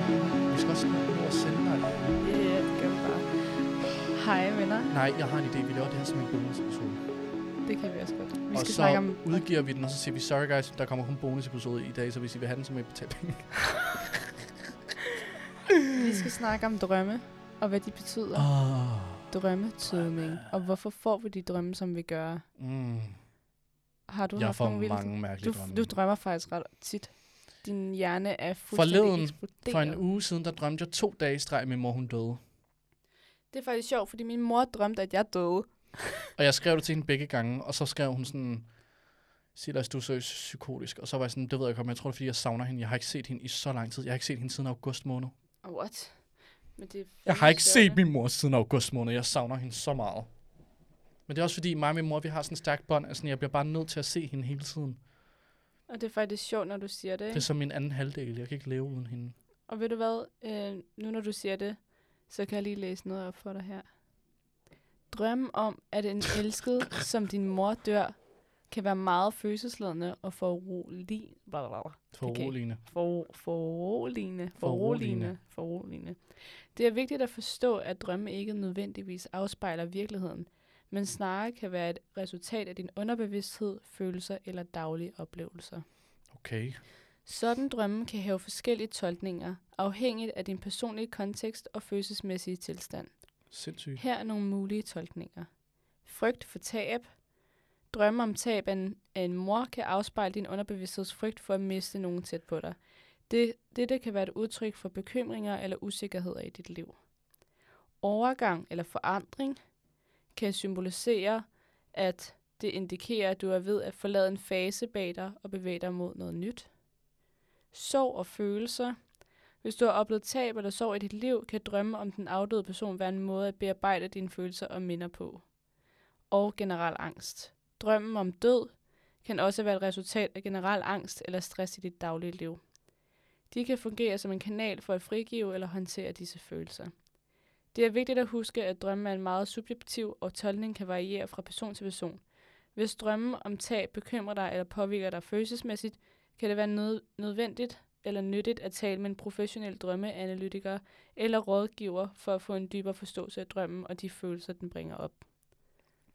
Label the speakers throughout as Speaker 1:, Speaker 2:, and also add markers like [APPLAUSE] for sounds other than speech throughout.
Speaker 1: faktisk også lige nå at sende dig.
Speaker 2: Ja, det gør vi bare. Hej venner,
Speaker 1: Nej, jeg har en idé. Vi laver det her som en bonusepisode.
Speaker 2: det kan vi også godt. Vi
Speaker 1: og
Speaker 2: skal
Speaker 1: så
Speaker 2: snakke om...
Speaker 1: udgiver vi den, og så siger vi, sorry guys, der kommer kun bonusepisode i dag, så hvis I vil have den, så må I betale
Speaker 2: [LAUGHS] Ah.
Speaker 1: penge.
Speaker 2: Vi skal snakke om drømme, og hvad de betyder. Oh.
Speaker 1: Oh.
Speaker 2: Drømmetydning, og hvorfor får vi de drømme, som vi gør?
Speaker 1: Mm.
Speaker 2: Har du
Speaker 1: Jeg
Speaker 2: haft
Speaker 1: får
Speaker 2: nogle vilde...
Speaker 1: mange mærkelige
Speaker 2: Du,
Speaker 1: drømme.
Speaker 2: du drømmer faktisk ret tit. Din hjerne er fuldstændig
Speaker 1: Forleden,
Speaker 2: eksploderet.
Speaker 1: For en uge siden, der drømte jeg to dage i streg, min mor hun døde.
Speaker 2: Det er faktisk sjovt, fordi min mor drømte, at jeg døde.
Speaker 1: Og jeg skrev det til hende begge gange, og så skrev hun sådan, Silas, du er seriøst psykotisk. Og så var jeg sådan, det ved jeg godt, men jeg tror det er, fordi jeg savner hende. Jeg har ikke set hende i så lang tid. Jeg har ikke set hende siden august måned.
Speaker 2: Oh, what? Men det er
Speaker 1: Jeg har
Speaker 2: fandme
Speaker 1: ikke set
Speaker 2: større.
Speaker 1: min mor siden august måned. Jeg savner hende så meget. Men det er også fordi, mig og min mor, vi har sådan en stærk bånd. Altså, jeg bliver bare nødt til at se hende hele tiden.
Speaker 2: Og det er faktisk sjovt, når du siger det.
Speaker 1: Det er som min anden halvdel. Jeg kan ikke leve uden hende.
Speaker 2: Og ved du hvad, øh, nu når du siger det, så kan jeg lige læse noget op for dig her. Drømmen om, at en elsket, som din mor dør, kan være meget følelsesladende og forurolig-
Speaker 1: For
Speaker 2: Det kan-
Speaker 1: uroligende.
Speaker 2: for, foruroligende.
Speaker 1: Foruroligende.
Speaker 2: Foruroligende. Foruroligende. Det er vigtigt at forstå, at drømme ikke nødvendigvis afspejler virkeligheden, men snarere kan være et resultat af din underbevidsthed, følelser eller daglige oplevelser.
Speaker 1: Okay.
Speaker 2: Sådan drømme kan have forskellige tolkninger, afhængigt af din personlige kontekst og følelsesmæssige tilstand.
Speaker 1: Sindssygt.
Speaker 2: Her er nogle mulige tolkninger. Frygt for tab. Drømme om tab af en, af en mor kan afspejle din underbevidstheds frygt for at miste nogen tæt på dig. Det, dette kan være et udtryk for bekymringer eller usikkerheder i dit liv. Overgang eller forandring kan symbolisere, at det indikerer, at du er ved at forlade en fase bag dig og bevæge dig mod noget nyt. Sorg og følelser hvis du har oplevet tab eller sorg i dit liv, kan drømme om den afdøde person være en måde at bearbejde dine følelser og minder på. Og generel angst. Drømmen om død kan også være et resultat af generel angst eller stress i dit daglige liv. De kan fungere som en kanal for at frigive eller håndtere disse følelser. Det er vigtigt at huske, at drømme er en meget subjektiv, og tolkning kan variere fra person til person. Hvis drømmen om tab bekymrer dig eller påvirker dig følelsesmæssigt, kan det være nød- nødvendigt eller nyttigt at tale med en professionel drømmeanalytiker eller rådgiver for at få en dybere forståelse af drømmen og de følelser, den bringer op.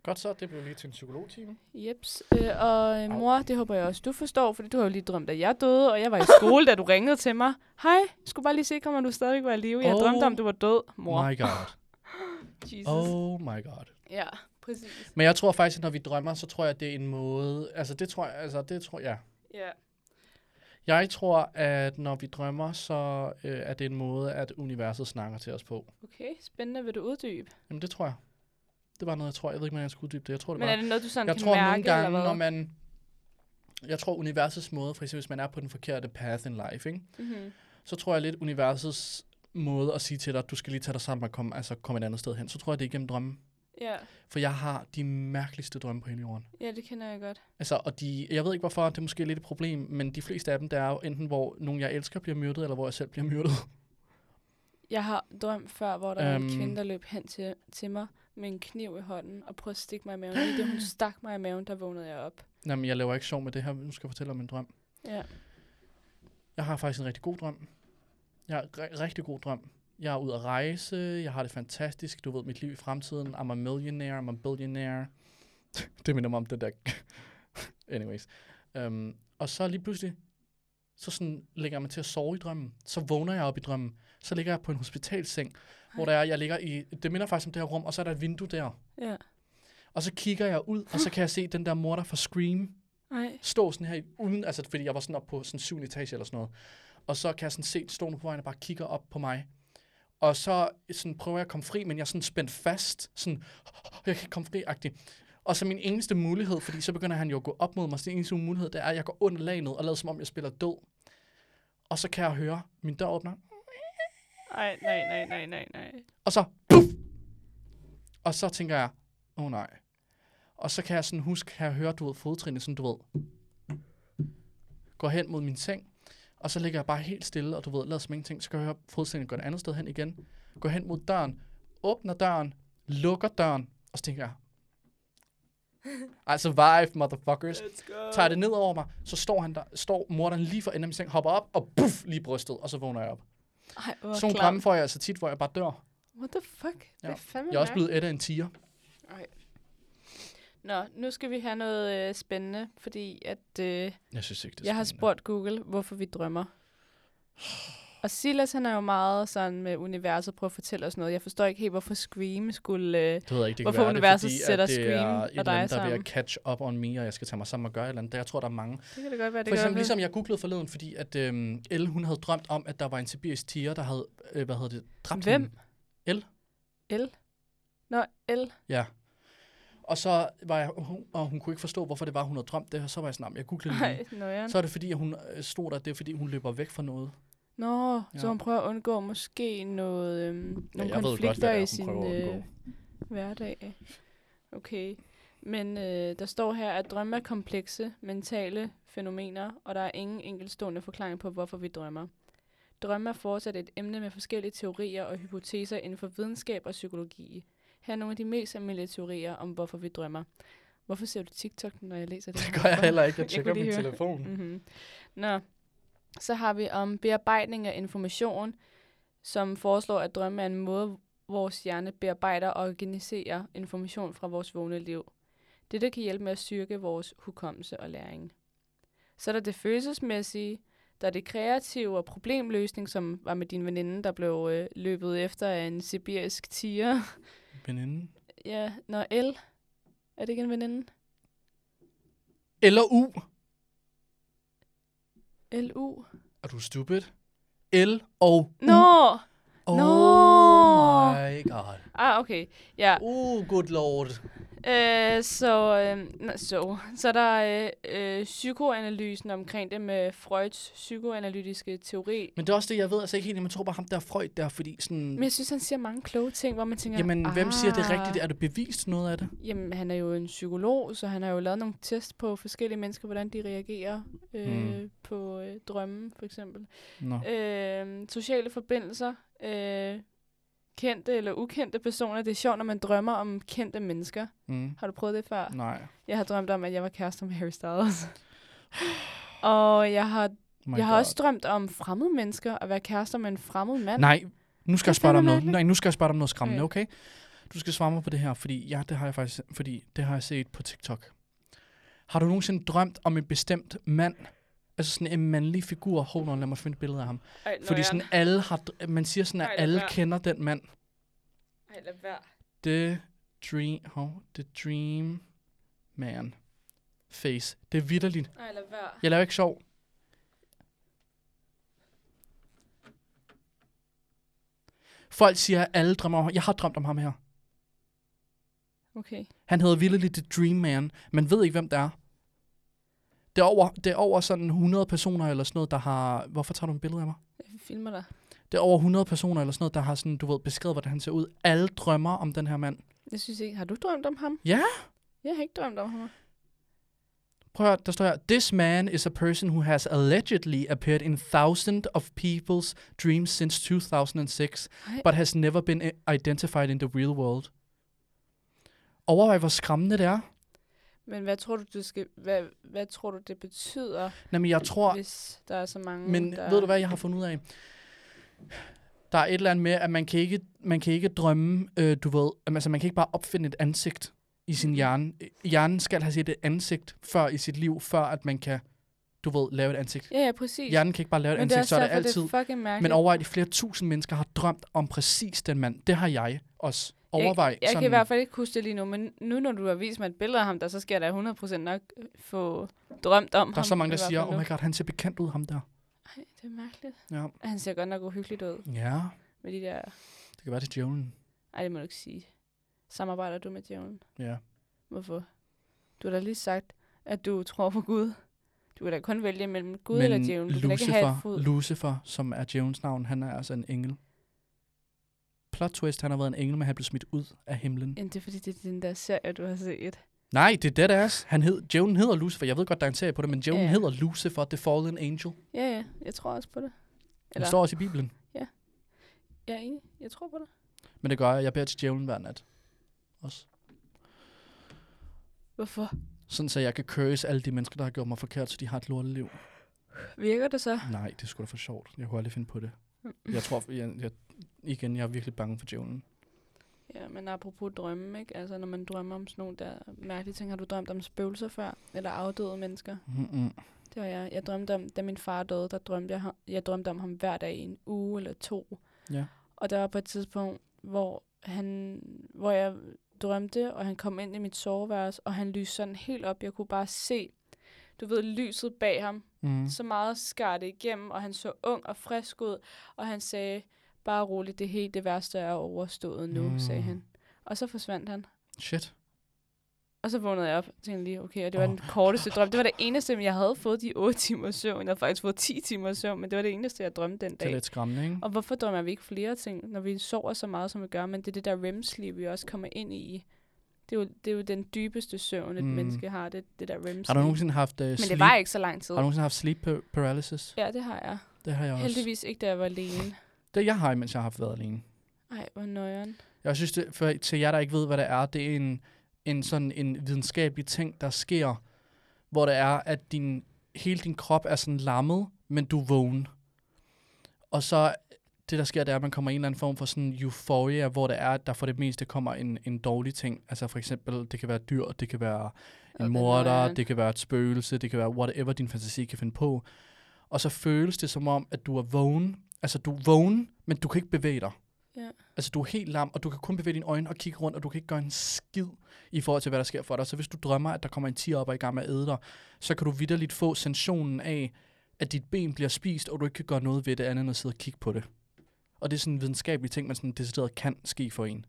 Speaker 1: Godt så, det blev lige til en psykologtime.
Speaker 2: Jeps. Øh, og øh, mor, det håber jeg også, du forstår, fordi du har jo lige drømt, at jeg døde, og jeg var i skole, da du ringede til mig. Hej, skulle bare lige sikre mig, at du stadigvæk var i live. Jeg
Speaker 1: Oh
Speaker 2: oh. drømte om, du var død, mor.
Speaker 1: My [LAUGHS] god.
Speaker 2: Jesus.
Speaker 1: Oh my god.
Speaker 2: Ja, præcis.
Speaker 1: Men jeg tror faktisk, at når vi drømmer, så tror jeg, at det er en måde... Altså, det tror jeg... Altså, det tror jeg...
Speaker 2: Ja.
Speaker 1: Jeg tror, at når vi drømmer, så øh, er det en måde, at universet snakker til os på.
Speaker 2: Okay, spændende. Vil du uddybe?
Speaker 1: Jamen, det tror jeg. Det var noget, jeg tror. Jeg ved ikke, hvordan jeg skulle uddybe det. Jeg tror, det
Speaker 2: Men
Speaker 1: var...
Speaker 2: er det noget, du sådan
Speaker 1: jeg
Speaker 2: kan
Speaker 1: tror
Speaker 2: mærke,
Speaker 1: nogle gange,
Speaker 2: eller hvad?
Speaker 1: når man... Jeg tror, universets måde, for eksempel hvis man er på den forkerte path in life, ikke?
Speaker 2: Mm-hmm.
Speaker 1: så tror jeg lidt, universets måde at sige til dig, at du skal lige tage dig sammen og komme, altså komme et andet sted hen, så tror jeg, det er igennem drømmen.
Speaker 2: Ja.
Speaker 1: For jeg har de mærkeligste drømme på hele jorden.
Speaker 2: ja, det kender jeg godt.
Speaker 1: Altså, og de, jeg ved ikke hvorfor, det er måske lidt et problem, men de fleste af dem, der er jo enten, hvor nogen jeg elsker bliver myrdet, eller hvor jeg selv bliver myrdet.
Speaker 2: Jeg har drømt før, hvor der øhm. var
Speaker 1: Øhm.
Speaker 2: en kvinde, der løb hen til, til mig med en kniv i hånden og prøvede at stikke mig i maven.
Speaker 1: [GASPS]
Speaker 2: Lige det, hun stak mig i maven, der vågnede jeg op.
Speaker 1: Jamen, jeg laver ikke sjov med det her, nu skal jeg fortælle om en drøm.
Speaker 2: Ja.
Speaker 1: Jeg har faktisk en rigtig god drøm. Jeg har en ri- rigtig god drøm. Jeg er ude at rejse, jeg har det fantastisk, du ved, mit liv i fremtiden. I'm a millionaire, I'm a billionaire. [LAUGHS] det minder mig om det der. [LAUGHS] Anyways. Um, og så lige pludselig, så sådan lægger jeg mig til at sove i drømmen. Så vågner jeg op i drømmen. Så ligger jeg på en hospitalseng, hvor der er, jeg ligger i, det minder faktisk om det her rum, og så er der et vindue der.
Speaker 2: Ja.
Speaker 1: Og så kigger jeg ud, og så kan jeg se den der morter fra Scream
Speaker 2: Nej.
Speaker 1: stå sådan her, i- uden, altså fordi jeg var sådan op på sådan syvende etage eller sådan noget. Og så kan jeg sådan se, at stolen på vejen og bare kigger op på mig. Og så sådan prøver jeg at komme fri, men jeg er sådan spændt fast, sådan, jeg kan ikke komme fri -agtig. Og så min eneste mulighed, fordi så begynder han jo at gå op mod mig, så den eneste mulighed, det er, at jeg går under lagnet og lader som om, jeg spiller død. Og så kan jeg høre min dør åbner,
Speaker 2: Ej, nej, nej, nej, nej, nej.
Speaker 1: og så, puff! Og så tænker jeg, åh oh, nej. Og så kan jeg sådan huske, kan jeg høre, du ved, fodtrinene, sådan du ved, går hen mod min seng, og så ligger jeg bare helt stille, og du ved, lader som ingenting, så kan jeg høre fodtrinene gå et andet sted hen igen, går hen mod døren, åbner døren, lukker døren, og så tænker jeg, I survived, motherfuckers.
Speaker 2: Let's go.
Speaker 1: Tager det ned over mig, så står, han der, står morderen lige for enden af min seng, hopper op, og puff, lige i brystet, og så vågner jeg op.
Speaker 2: Ej, hvor
Speaker 1: Sådan nogle
Speaker 2: klamt.
Speaker 1: bramme får jeg altså tit, hvor jeg bare dør.
Speaker 2: What the fuck?
Speaker 1: Ja.
Speaker 2: Ja. Det er fandme
Speaker 1: Jeg er også
Speaker 2: mærkeligt.
Speaker 1: blevet et af en tiger.
Speaker 2: Nå, nu skal vi have noget øh, spændende, fordi at, øh,
Speaker 1: Jeg synes ikke, det er
Speaker 2: jeg har
Speaker 1: spændende.
Speaker 2: spurgt Google, hvorfor vi
Speaker 1: [SIGHS]
Speaker 2: drømmer. Og Silas, han er jo meget sådan med universet, prøver at fortælle os noget. Jeg forstår ikke helt, hvorfor Scream skulle... Øh,
Speaker 1: Det ved jeg ikke, det
Speaker 2: Hvorfor
Speaker 1: kan være, det er
Speaker 2: universet
Speaker 1: fordi, at
Speaker 2: sætter
Speaker 1: det
Speaker 2: Scream
Speaker 1: er
Speaker 2: og
Speaker 1: et eller
Speaker 2: dig
Speaker 1: andet, der er ved
Speaker 2: sammen.
Speaker 1: at catch up on me, og jeg skal tage mig sammen og gøre et eller andet. Der- Jeg tror, der er mange.
Speaker 2: det kan det godt være, det
Speaker 1: For eksempel
Speaker 2: gør
Speaker 1: ligesom jeg googlede forleden, fordi at øhm, Elle, hun havde drømt om, at der var en sibirisk tiger, der havde, øh, hvad hedder det, dræbt
Speaker 2: Hvem?
Speaker 1: hende.
Speaker 2: L.
Speaker 1: ligesom-
Speaker 2: Nå, L.
Speaker 1: Ja. Og så var jeg, hun, og hun kunne ikke forstå, hvorfor det var, hun havde drømt det, og så var jeg sådan, "Nå, men jeg googlede det lige.
Speaker 2: Nej, nøjeren.
Speaker 1: Så er det fordi, at hun øh, stod der, det er fordi, hun løber væk fra noget.
Speaker 2: Nå, ja. så
Speaker 1: Ja.
Speaker 2: hun prøver at undgå måske noget, øhm, nogle
Speaker 1: jeg ved
Speaker 2: konflikter
Speaker 1: godt, hvad det
Speaker 2: i
Speaker 1: er, hun
Speaker 2: sin
Speaker 1: prøver at
Speaker 2: øh,
Speaker 1: undgå.
Speaker 2: hverdag. Okay. Men øh, der står her, at drømme er komplekse mentale fænomener, og der er ingen enkeltstående forklaring på, hvorfor vi drømmer. Drømme er fortsat et emne med forskellige teorier og hypoteser inden for videnskab og psykologi. Her er nogle af de mest almindelige teorier om, hvorfor vi drømmer. Hvorfor ser du TikTok, når jeg læser det?
Speaker 1: Det
Speaker 2: her?
Speaker 1: gør jeg
Speaker 2: Hvorfor?
Speaker 1: heller ikke, jeg
Speaker 2: Jeg
Speaker 1: tjekker
Speaker 2: kunne lige
Speaker 1: min
Speaker 2: høre.
Speaker 1: telefon.
Speaker 2: Mm-hmm. Nå, så har vi om bearbejdning af information, som foreslår, at drømme er en måde, vores hjerne bearbejder og organiserer information fra vores vågne liv. Dette kan hjælpe med at styrke vores hukommelse og læring. Så er der det følelsesmæssige, der er det kreative og problemløsning, som var med din veninde, der blev øh, løbet efter af en sibirisk tiger. Mm.
Speaker 1: Veninde.
Speaker 2: [LAUGHS] ja, når L. Er det ikke en veninde?
Speaker 1: Eller U.
Speaker 2: L-U.
Speaker 1: Er du stupid? L og U.
Speaker 2: Nå! No!
Speaker 1: Oh
Speaker 2: Nå.
Speaker 1: my god.
Speaker 2: Ah, okay. Ja,
Speaker 1: Oh, good lord.
Speaker 2: Øh, så, øh, nå, så, så er der øh, øh, psykoanalysen omkring det med Freuds psykoanalytiske teori.
Speaker 1: Men det er også det, jeg ved altså ikke helt. Jeg tror bare ham der Freud der, fordi sådan...
Speaker 2: Men jeg synes, han siger mange kloge ting, hvor man tænker...
Speaker 1: jamen, hvem siger det
Speaker 2: "Ah."
Speaker 1: rigtigt? Er det bevist noget af det?
Speaker 2: Jamen, han er jo en psykolog, så han har jo lavet nogle test på forskellige mennesker, hvordan de reagerer øh, mm. på øh, drømme, for eksempel.
Speaker 1: Nå.
Speaker 2: Øh, sociale forbindelser. Øh, kendte eller ukendte personer. Det er sjovt, når man drømmer om kendte mennesker.
Speaker 1: Mm.
Speaker 2: Har du prøvet det før?
Speaker 1: Nej.
Speaker 2: Jeg har drømt om, at jeg var kærester med Harry Styles. [SIGHS] og jeg har,
Speaker 1: Oh My
Speaker 2: jeg har
Speaker 1: God.
Speaker 2: også drømt om fremmede mennesker, at være kærester med en fremmed mand.
Speaker 1: Nej, nu skal
Speaker 2: Det er
Speaker 1: jeg spørge dig om
Speaker 2: fandme
Speaker 1: noget.
Speaker 2: mærkeligt.
Speaker 1: Nej, nu skal jeg spørge dig om noget skræmmende,
Speaker 2: Øh.
Speaker 1: okay? Du skal svare mig på det her, fordi ja, det har jeg faktisk, fordi det har jeg set på TikTok. Har du nogensinde drømt om en bestemt mand? Altså sådan en mandlig figur. Hold on, lad mig finde et billede af ham.
Speaker 2: Ej,
Speaker 1: Fordi sådan alle har, dr- man siger sådan, at
Speaker 2: Ej, lad
Speaker 1: alle
Speaker 2: være.
Speaker 1: kender den mand.
Speaker 2: Ej, lad være.
Speaker 1: The dream, oh, the dream man face. Det er vidderligt.
Speaker 2: Ej, lad være.
Speaker 1: Jeg laver ikke sjov. Folk siger, at alle drømmer om ham. Jeg har drømt om ham her.
Speaker 2: Okay.
Speaker 1: Han hedder vidderligt The Dream Man. Man ved ikke, hvem det er. Det er, over, det er over sådan 100 personer eller sådan noget, der har... Hvorfor tager du en billede af mig?
Speaker 2: Jeg filmer dig.
Speaker 1: Det er over 100 personer eller sådan noget, der har sådan, du ved, beskrevet, hvordan han ser ud. Alle drømmer om den her mand.
Speaker 2: Jeg synes ikke, har du drømt om ham?
Speaker 1: Ja.
Speaker 2: Jeg har ikke drømt om ham.
Speaker 1: Prøv at høre, der står her, This man is a person who has allegedly appeared in thousands of people's dreams since 2006,
Speaker 2: Ej.
Speaker 1: but has never been i- identified in the real world. Overvej, hvor skræmmende det er.
Speaker 2: Men hvad tror du, det, skal, hvad, hvad tror du, det betyder,
Speaker 1: Jamen, jeg tror,
Speaker 2: hvis der er så mange,
Speaker 1: Men
Speaker 2: der...
Speaker 1: ved du hvad, jeg har fundet ud af? Der er et eller andet med, at man kan ikke, man kan ikke drømme, øh, du ved, at man- altså man kan ikke bare opfinde et ansigt i
Speaker 2: Mm-hmm.
Speaker 1: sin hjerne. Øh, Hjernen skal have set et ansigt før i sit liv, før at man kan, du ved, lave et ansigt.
Speaker 2: Ja, ja, præcis.
Speaker 1: Hjernen kan ikke bare lave et
Speaker 2: Men det er
Speaker 1: ansigt, så
Speaker 2: også
Speaker 1: er det
Speaker 2: derfor,
Speaker 1: altid.
Speaker 2: det er fucking mærkeligt.
Speaker 1: Men overvej, at flere tusind mennesker har drømt om præcis den mand. Det har jeg også. Overvej.
Speaker 2: Jeg, jeg
Speaker 1: sådan,
Speaker 2: kan i hvert fald ikke huske det lige nu, men nu når du har vist mig et billede af ham, der, så skal jeg da 100% nok øh, få drømt om ham.
Speaker 1: der er så mange, der
Speaker 2: i hvert
Speaker 1: siger,
Speaker 2: fald
Speaker 1: oh
Speaker 2: nu.
Speaker 1: my god, han ser bekendt ud, ham der.
Speaker 2: Ej, det er mærkeligt.
Speaker 1: Ja,
Speaker 2: Han ser godt nok uhyggeligt ud
Speaker 1: ja
Speaker 2: med de der...
Speaker 1: det kan være til djævlen.
Speaker 2: Ej, det må du ikke sige. Samarbejder du med djævlen?
Speaker 1: Ja.
Speaker 2: Hvorfor? Du har da lige sagt, at du tror på Gud. Du kan da kun vælge mellem Gud eller djævlen. Du kan da ikke have et fod.
Speaker 1: Lucifer, som er djævlens navn, han er altså en engel. Plot twist, han har været en engel, men han blev smidt ud af himlen.
Speaker 2: Jamen, det er fordi, det er den der serie, du har set.
Speaker 1: Nej, det er det, der er. Han hed, djævlen hedder Lucifer. Jeg ved godt, der er en serie på det, men djævlen
Speaker 2: Ja.
Speaker 1: yeah. hedder Lucifer, The Fallen Angel.
Speaker 2: Ja, ja. Jeg tror også på det.
Speaker 1: Det
Speaker 2: Eller,
Speaker 1: står også i Bibelen.
Speaker 2: jeg er enig. Jeg tror på det.
Speaker 1: Men det gør jeg. Jeg beder til djævlen hver nat. Også.
Speaker 2: Hvorfor?
Speaker 1: Sådan, så jeg kan curse alle de mennesker, der har gjort mig forkert, så de har et lorteliv.
Speaker 2: Virker det så?
Speaker 1: Nej, det skulle sgu da for sjovt. Jeg kunne aldrig finde på det.
Speaker 2: Mm.
Speaker 1: Jeg tror, jeg, jeg, igen, jeg er virkelig bange for djævlen.
Speaker 2: Ja, men apropos drømme, ikke? Altså, når man drømmer om sådan nogle der mærkelige ting, har du drømt om spøgelser før? Eller afdøde mennesker?
Speaker 1: Mm-mm.
Speaker 2: Det var jeg. Jeg drømte om, da min far døde, der drømte jeg, ham- jeg drømte om ham hver dag i en uge eller to.
Speaker 1: Ja.
Speaker 2: Og der var på et tidspunkt, hvor, han, hvor jeg drømte, og han kom ind i mit soveværelse, og han lyste sådan helt op. Jeg kunne bare se, du ved, lyset bag ham.
Speaker 1: Mm.
Speaker 2: Så meget skar det igennem, og han så ung og frisk ud, og han sagde, bare roligt, det er helt det værste er overstået nu,
Speaker 1: Mm.
Speaker 2: mm. sagde han. Og så forsvandt han.
Speaker 1: Shit.
Speaker 2: Og så vågnede jeg op og tænkte lige, okay, og det var
Speaker 1: Åh.
Speaker 2: oh. den korteste drøm. Det var det eneste, jeg havde fået de 8 timer søvn. Jeg havde faktisk fået 10 timer søvn, men det var det eneste, jeg drømte den
Speaker 1: Det er
Speaker 2: dag.
Speaker 1: lidt skræmmende, ikke?
Speaker 2: Og hvorfor drømmer vi ikke flere ting, når vi sover så meget, som vi gør? Men det er det der REM sleep, vi også kommer ind i. Det er jo, det er jo den dybeste søvn, et
Speaker 1: Mm.
Speaker 2: mm. menneske har, det, det der REM
Speaker 1: Har
Speaker 2: sleep.
Speaker 1: du nogensinde haft uh,
Speaker 2: men
Speaker 1: sleep?
Speaker 2: det var ikke så lang tid.
Speaker 1: Har du nogensinde haft sleep par- paralysis?
Speaker 2: Ja, det har jeg.
Speaker 1: Det har jeg også.
Speaker 2: Heldigvis ikke, da jeg var alene.
Speaker 1: Det jeg har, mens jeg har haft været alene.
Speaker 2: Ej, hvor nøjeren.
Speaker 1: Jeg synes, det, for, til jer, der ikke ved, hvad det er, det er en, en sådan en videnskabelig ting, der sker, hvor det er, at din, hele din krop er sådan lammet, men du er vågen. Og så det, der sker, det er, at man kommer i en eller anden form for sådan euphoria, hvor det er, at der for det meste kommer en, en dårlig ting. Altså for eksempel, det kan være dyr, det kan være en
Speaker 2: Okay,
Speaker 1: morder,
Speaker 2: nøjeren.
Speaker 1: det kan være et spøgelse, det kan være whatever din fantasi kan finde på. Og så føles det som om, at du er vågen. Altså du er vågen, men du kan ikke bevæge dig.
Speaker 2: Ja.
Speaker 1: Altså du er helt lam, og du kan kun bevæge dine øjne og kigge rundt, og du kan ikke gøre en skid i forhold til, hvad der sker for dig. Så hvis du drømmer, at der kommer en tiger op og er i gang med at æde dig, så kan du vidderligt få sensationen af, at dit ben bliver spist, og du ikke kan gøre noget ved det andet end at sidde og kigge på det. Og det er sådan en videnskabelig ting, man sådan decideret kan ske for en.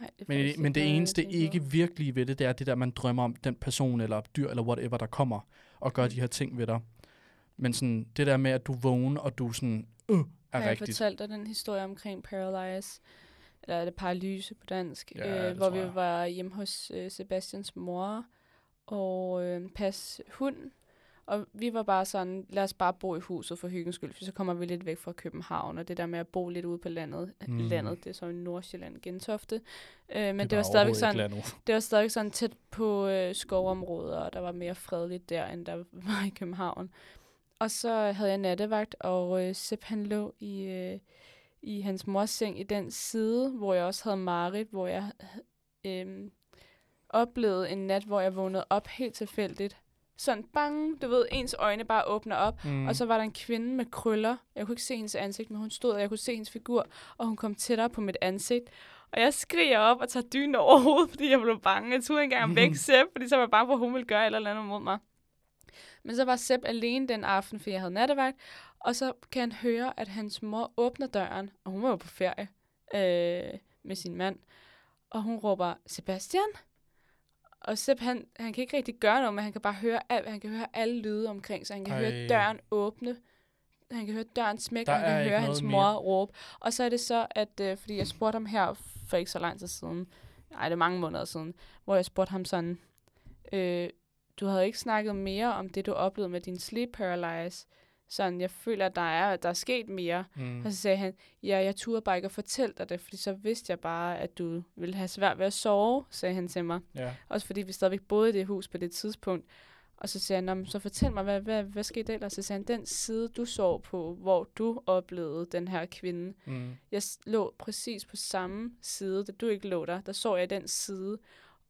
Speaker 2: Ej, det er
Speaker 1: Men,
Speaker 2: faktisk
Speaker 1: det, men
Speaker 2: ikke
Speaker 1: det
Speaker 2: noget, jeg
Speaker 1: eneste
Speaker 2: tænker
Speaker 1: ikke
Speaker 2: på.
Speaker 1: virkelig ved det, det er det der, man drømmer om den person eller dyr eller whatever, der kommer og gør de her ting ved dig. Men sådan, det der med, at du vågner, og du sådan, øh, er
Speaker 2: har jeg
Speaker 1: rigtigt.
Speaker 2: fortalt dig den historie omkring Paralyze, eller er det paralyse på dansk,
Speaker 1: Ja, det
Speaker 2: øh, hvor
Speaker 1: tror
Speaker 2: vi
Speaker 1: jeg.
Speaker 2: var hjemme hos øh, Sebastians mor og øh, pas hund. Og vi var bare sådan, lad os bare bo i huset for hyggens skyld, for så kommer vi lidt væk fra København, og det der med at bo lidt ude på landet,
Speaker 1: Mm.
Speaker 2: mm. landet det er så i Nordsjælland, Gentofte. Øh, men det,
Speaker 1: er
Speaker 2: det var
Speaker 1: bare
Speaker 2: stadigvæk
Speaker 1: overhovedet
Speaker 2: sådan,
Speaker 1: ikke landet.
Speaker 2: [LAUGHS] det var stadig sådan tæt på øh, skovområder, og der var mere fredeligt der, end der [LAUGHS] var i København. Og så havde jeg nattevagt, og øh, Sepp han lå i, øh, i hans mors seng i den side, hvor jeg også havde Marit, hvor jeg øh, oplevede en nat, hvor jeg vågnede op helt tilfældigt. Sådan bang, du ved, ens øjne bare åbner op,
Speaker 1: Mm.
Speaker 2: Mm. Og så var der en kvinde med krøller. Jeg kunne ikke se hendes ansigt, men hun stod, og jeg kunne se hendes figur, og hun kom tættere på mit ansigt. Og jeg skriger op og tager dynen over hovedet, fordi jeg blev bange. Jeg turde ikke engang væk Sepp, fordi så var jeg bange for, at hun ville gøre et eller andet mod mig. Men så var Sepp alene den aften, fordi jeg havde nattevagt. Og så kan han høre, at hans mor åbner døren, og hun var jo på ferie øh, med sin mand. Og hun råber, Sebastian? Og Sepp, han, han kan ikke rigtig gøre noget, men han kan bare høre alt. Han kan høre alle lyde omkring sig. Han kan Ej.
Speaker 1: Ej.
Speaker 2: høre døren åbne. Han kan høre døren smække,
Speaker 1: Der
Speaker 2: og han
Speaker 1: er
Speaker 2: kan
Speaker 1: ikke
Speaker 2: høre hans
Speaker 1: noget
Speaker 2: mor
Speaker 1: mere.
Speaker 2: råbe. Og så er det så, at øh, fordi jeg spurgte ham her for ikke så lang tid siden, nej, det er mange måneder siden, hvor jeg spurgte ham sådan, øh, du havde ikke snakket mere om det, du oplevede med din sleep paralysis. Sådan, jeg føler, at der er, der er sket mere.
Speaker 1: Mm.
Speaker 2: Og så sagde han, ja, jeg turde bare ikke at fortælle dig det, fordi så vidste jeg bare, at du ville have svært ved at sove, sagde han til mig.
Speaker 1: Ja.
Speaker 2: Også fordi vi stadigvæk boede i det hus på det tidspunkt. Og så sagde han, "Nå, men så fortæl mig, hvad, hvad, hvad skete der ellers? Så sagde han, den side, du sov på, hvor du oplevede den her kvinde.
Speaker 1: Mm.
Speaker 2: Jeg s- lå præcis på samme side, da du ikke lå der. Der sov jeg i den side,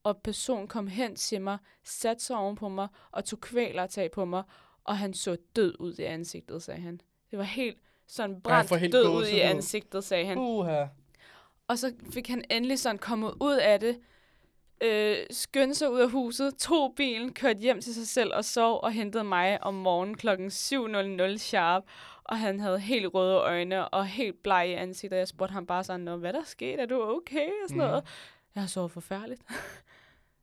Speaker 2: og personen kom hen til mig, satte sig oven på mig og tog kvælertag på mig, og han så død ud i ansigtet, sagde han. Det var helt sådan brændt
Speaker 1: får helt
Speaker 2: død ud i
Speaker 1: gåsehud.
Speaker 2: ansigtet, sagde han.
Speaker 1: Uha.
Speaker 2: Og så fik han endelig sådan kommet ud af det, øh, skyndte sig ud af huset, tog bilen, kørte hjem til sig selv og sov og hentede mig om morgenen kl. 7.00 sharp. Og han havde helt røde øjne og helt bleg i ansigtet. Jeg spurgte ham bare sådan, "Nå, hvad er der skete? Er du okay? Og sådan
Speaker 1: Mhm.
Speaker 2: mm. noget. Jeg har sovet forfærdeligt. [LAUGHS]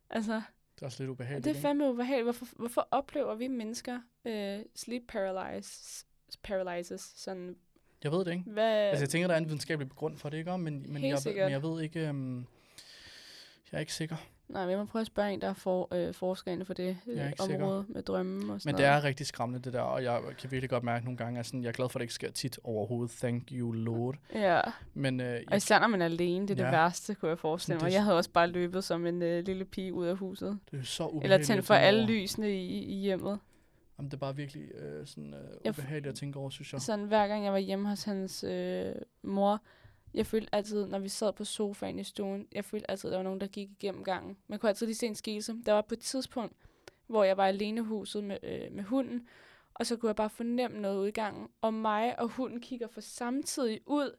Speaker 2: altså,
Speaker 1: Det er også lidt
Speaker 2: og
Speaker 1: ubehageligt.
Speaker 2: det er
Speaker 1: ikke?
Speaker 2: fandme ubehageligt. Hvorfor, hvorfor oplever vi mennesker øh, sleep paralysis? paralyses, sådan,
Speaker 1: Jeg ved det ikke.
Speaker 2: hvad...
Speaker 1: Altså, jeg tænker, der er en videnskabelig grund for det, ikke? om? Men, men,
Speaker 2: Helt
Speaker 1: jeg, ved-
Speaker 2: sikkert.
Speaker 1: men jeg ved ikke... Um, jeg er ikke sikker.
Speaker 2: Nej, men jeg må prøve at spørge en, der er for, øh, forsker inden for det øh,
Speaker 1: Jeg er ikke sikker.
Speaker 2: område med drømme og sådan
Speaker 1: Men det er rigtig skræmmende, det der, og jeg kan virkelig godt mærke nogle gange, at sådan, jeg er glad for, at det ikke sker tit overhovedet. Thank you, Lord.
Speaker 2: noget. Ja,
Speaker 1: Men øh,
Speaker 2: og
Speaker 1: jeg,
Speaker 2: især når man er alene, det er ja.
Speaker 1: Ja.
Speaker 2: det værste, kunne jeg forestille
Speaker 1: Sådan,
Speaker 2: mig.
Speaker 1: det-
Speaker 2: Jeg havde også bare løbet som en øh, lille pige ud af huset.
Speaker 1: det er så ubehageligt.
Speaker 2: Eller tændt
Speaker 1: at
Speaker 2: for
Speaker 1: tænke
Speaker 2: alle
Speaker 1: over.
Speaker 2: lysene i, i hjemmet.
Speaker 1: Jamen, det er bare virkelig øh, sådan, øh,
Speaker 2: Jeg f-
Speaker 1: ubehageligt at tænke over, synes jeg.
Speaker 2: Sådan hver gang jeg var hjemme hos hans øh, mor, jeg følte altid, når vi sad på sofaen i stuen, jeg følte altid, at der var nogen, der gik igennem gangen. Man kunne altid lige se en skikkelse. Der var på et tidspunkt, hvor jeg var alene i huset med, øh, med hunden, og så kunne jeg bare fornemme noget ude i gangen. Og mig og hunden kigger for samtidig ud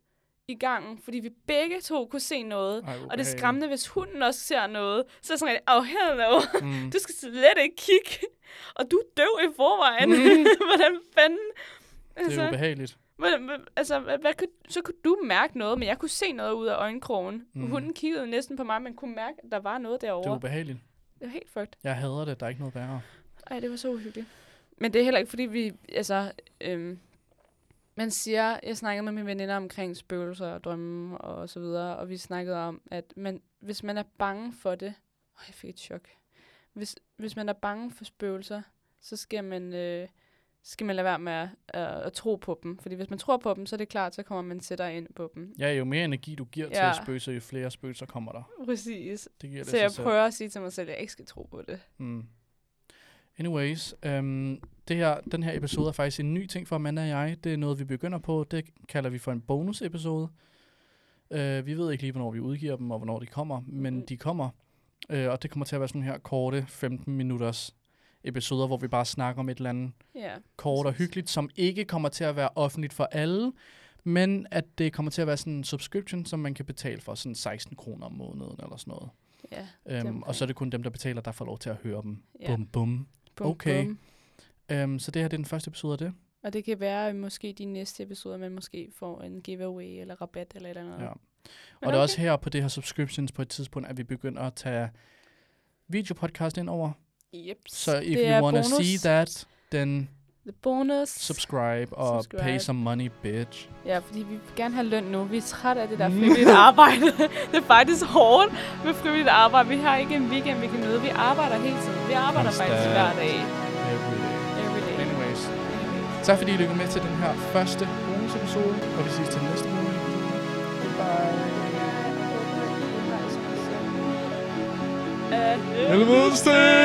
Speaker 2: i gangen, fordi vi begge to kunne se noget.
Speaker 1: Ej,
Speaker 2: Og det er
Speaker 1: ubehageligt.
Speaker 2: skræmmende, hvis hunden også ser noget. Så er jeg sådan rigtig, oh hello,
Speaker 1: Mm.
Speaker 2: [LAUGHS] du skal slet ikke kigge. Og du er døv i forvejen.
Speaker 1: Mm.
Speaker 2: [LAUGHS] Hvordan fanden?
Speaker 1: Det er
Speaker 2: Altså,
Speaker 1: ubehageligt.
Speaker 2: hvordan, hva- altså hvad, hvad, kunne- så kunne du mærke noget, men jeg kunne se noget ud af øjenkrogen.
Speaker 1: Mhm.
Speaker 2: Mm. Hunden kiggede næsten på mig, men kunne mærke, at der var noget
Speaker 1: Det er
Speaker 2: derovre.
Speaker 1: ubehageligt.
Speaker 2: Det var helt fucked.
Speaker 1: Jeg hader det. Der er ikke noget værre.
Speaker 2: Ej, det var så uhyggeligt. Men det er heller ikke, fordi vi, altså, øhm, man siger, jeg snakkede med mine veninder omkring spøgelser og drømme og så videre, og vi snakkede om, at man, hvis man er bange for det, åh, jeg fik et chok. Hvis, hvis man er bange for spøgelser, så skal man, øh, skal man lade være med at, at, at tro på dem. Fordi hvis man tror på dem, så er det klart, så kommer man sættere ind på dem.
Speaker 1: Ja, jo mere energi du giver ja. til
Speaker 2: Ja.
Speaker 1: at spøge, jo flere spøgelser kommer der.
Speaker 2: Præcis.
Speaker 1: Det giver det
Speaker 2: Så jeg
Speaker 1: sig selv.
Speaker 2: prøver at sige til mig selv, at jeg ikke skal tro på det.
Speaker 1: Mm. Anyways, øhm, det her, den her episode er faktisk en ny ting for Amanda og jeg. Det er noget, vi begynder på. Det kalder vi for en bonusepisode. Øh, vi ved ikke lige, hvornår vi udgiver dem, og hvornår de kommer, men
Speaker 2: Mhm.
Speaker 1: de kommer. Øh, og det kommer til at være sådan nogle her korte 15-minutters episoder, hvor vi bare snakker om et eller andet
Speaker 2: Ja.
Speaker 1: kort og
Speaker 2: Præcis.
Speaker 1: hyggeligt, som ikke kommer til at være offentligt for alle, men at det kommer til at være sådan en subscription, som man kan betale for, sådan 16 kroner om måneden eller sådan noget.
Speaker 2: ja.
Speaker 1: Øhm,
Speaker 2: omkring.
Speaker 1: og så er det kun dem, der betaler, der får lov til at høre dem.
Speaker 2: Ja.
Speaker 1: Bum, bum.
Speaker 2: Bum,
Speaker 1: Okay.
Speaker 2: bum.
Speaker 1: Øhm, så det her det er den første episode af det.
Speaker 2: Og det kan være, at måske de næste episoder, man måske får en giveaway eller rabat eller et eller andet.
Speaker 1: Ja.
Speaker 2: Ja.
Speaker 1: Og Og det er også her på det her subscriptions på et tidspunkt, at vi begynder at tage videopodcast ind over.
Speaker 2: Yep.
Speaker 1: Så if you wanna see that, then
Speaker 2: The bonus.
Speaker 1: subscribe og subscribe. pay
Speaker 2: Subscribe.
Speaker 1: some money, bitch.
Speaker 2: ja, fordi vi vil gerne have løn nu. Vi er trætte af det der
Speaker 1: Mm.
Speaker 2: frivilligt arbejde. [LAUGHS] det er faktisk hårdt med frivilligt arbejde. Vi har ikke en weekend, vi kan møde. Vi arbejder hele tiden. Vi arbejder
Speaker 1: Konstant.
Speaker 2: faktisk hver dag.
Speaker 1: Every day.
Speaker 2: Every day.
Speaker 1: Anyways, tak fordi I lykkede med til den her første bonusepisode, og vi ses til næste uge. Bye.
Speaker 2: Anyways. Øh,
Speaker 1: Helvedes til!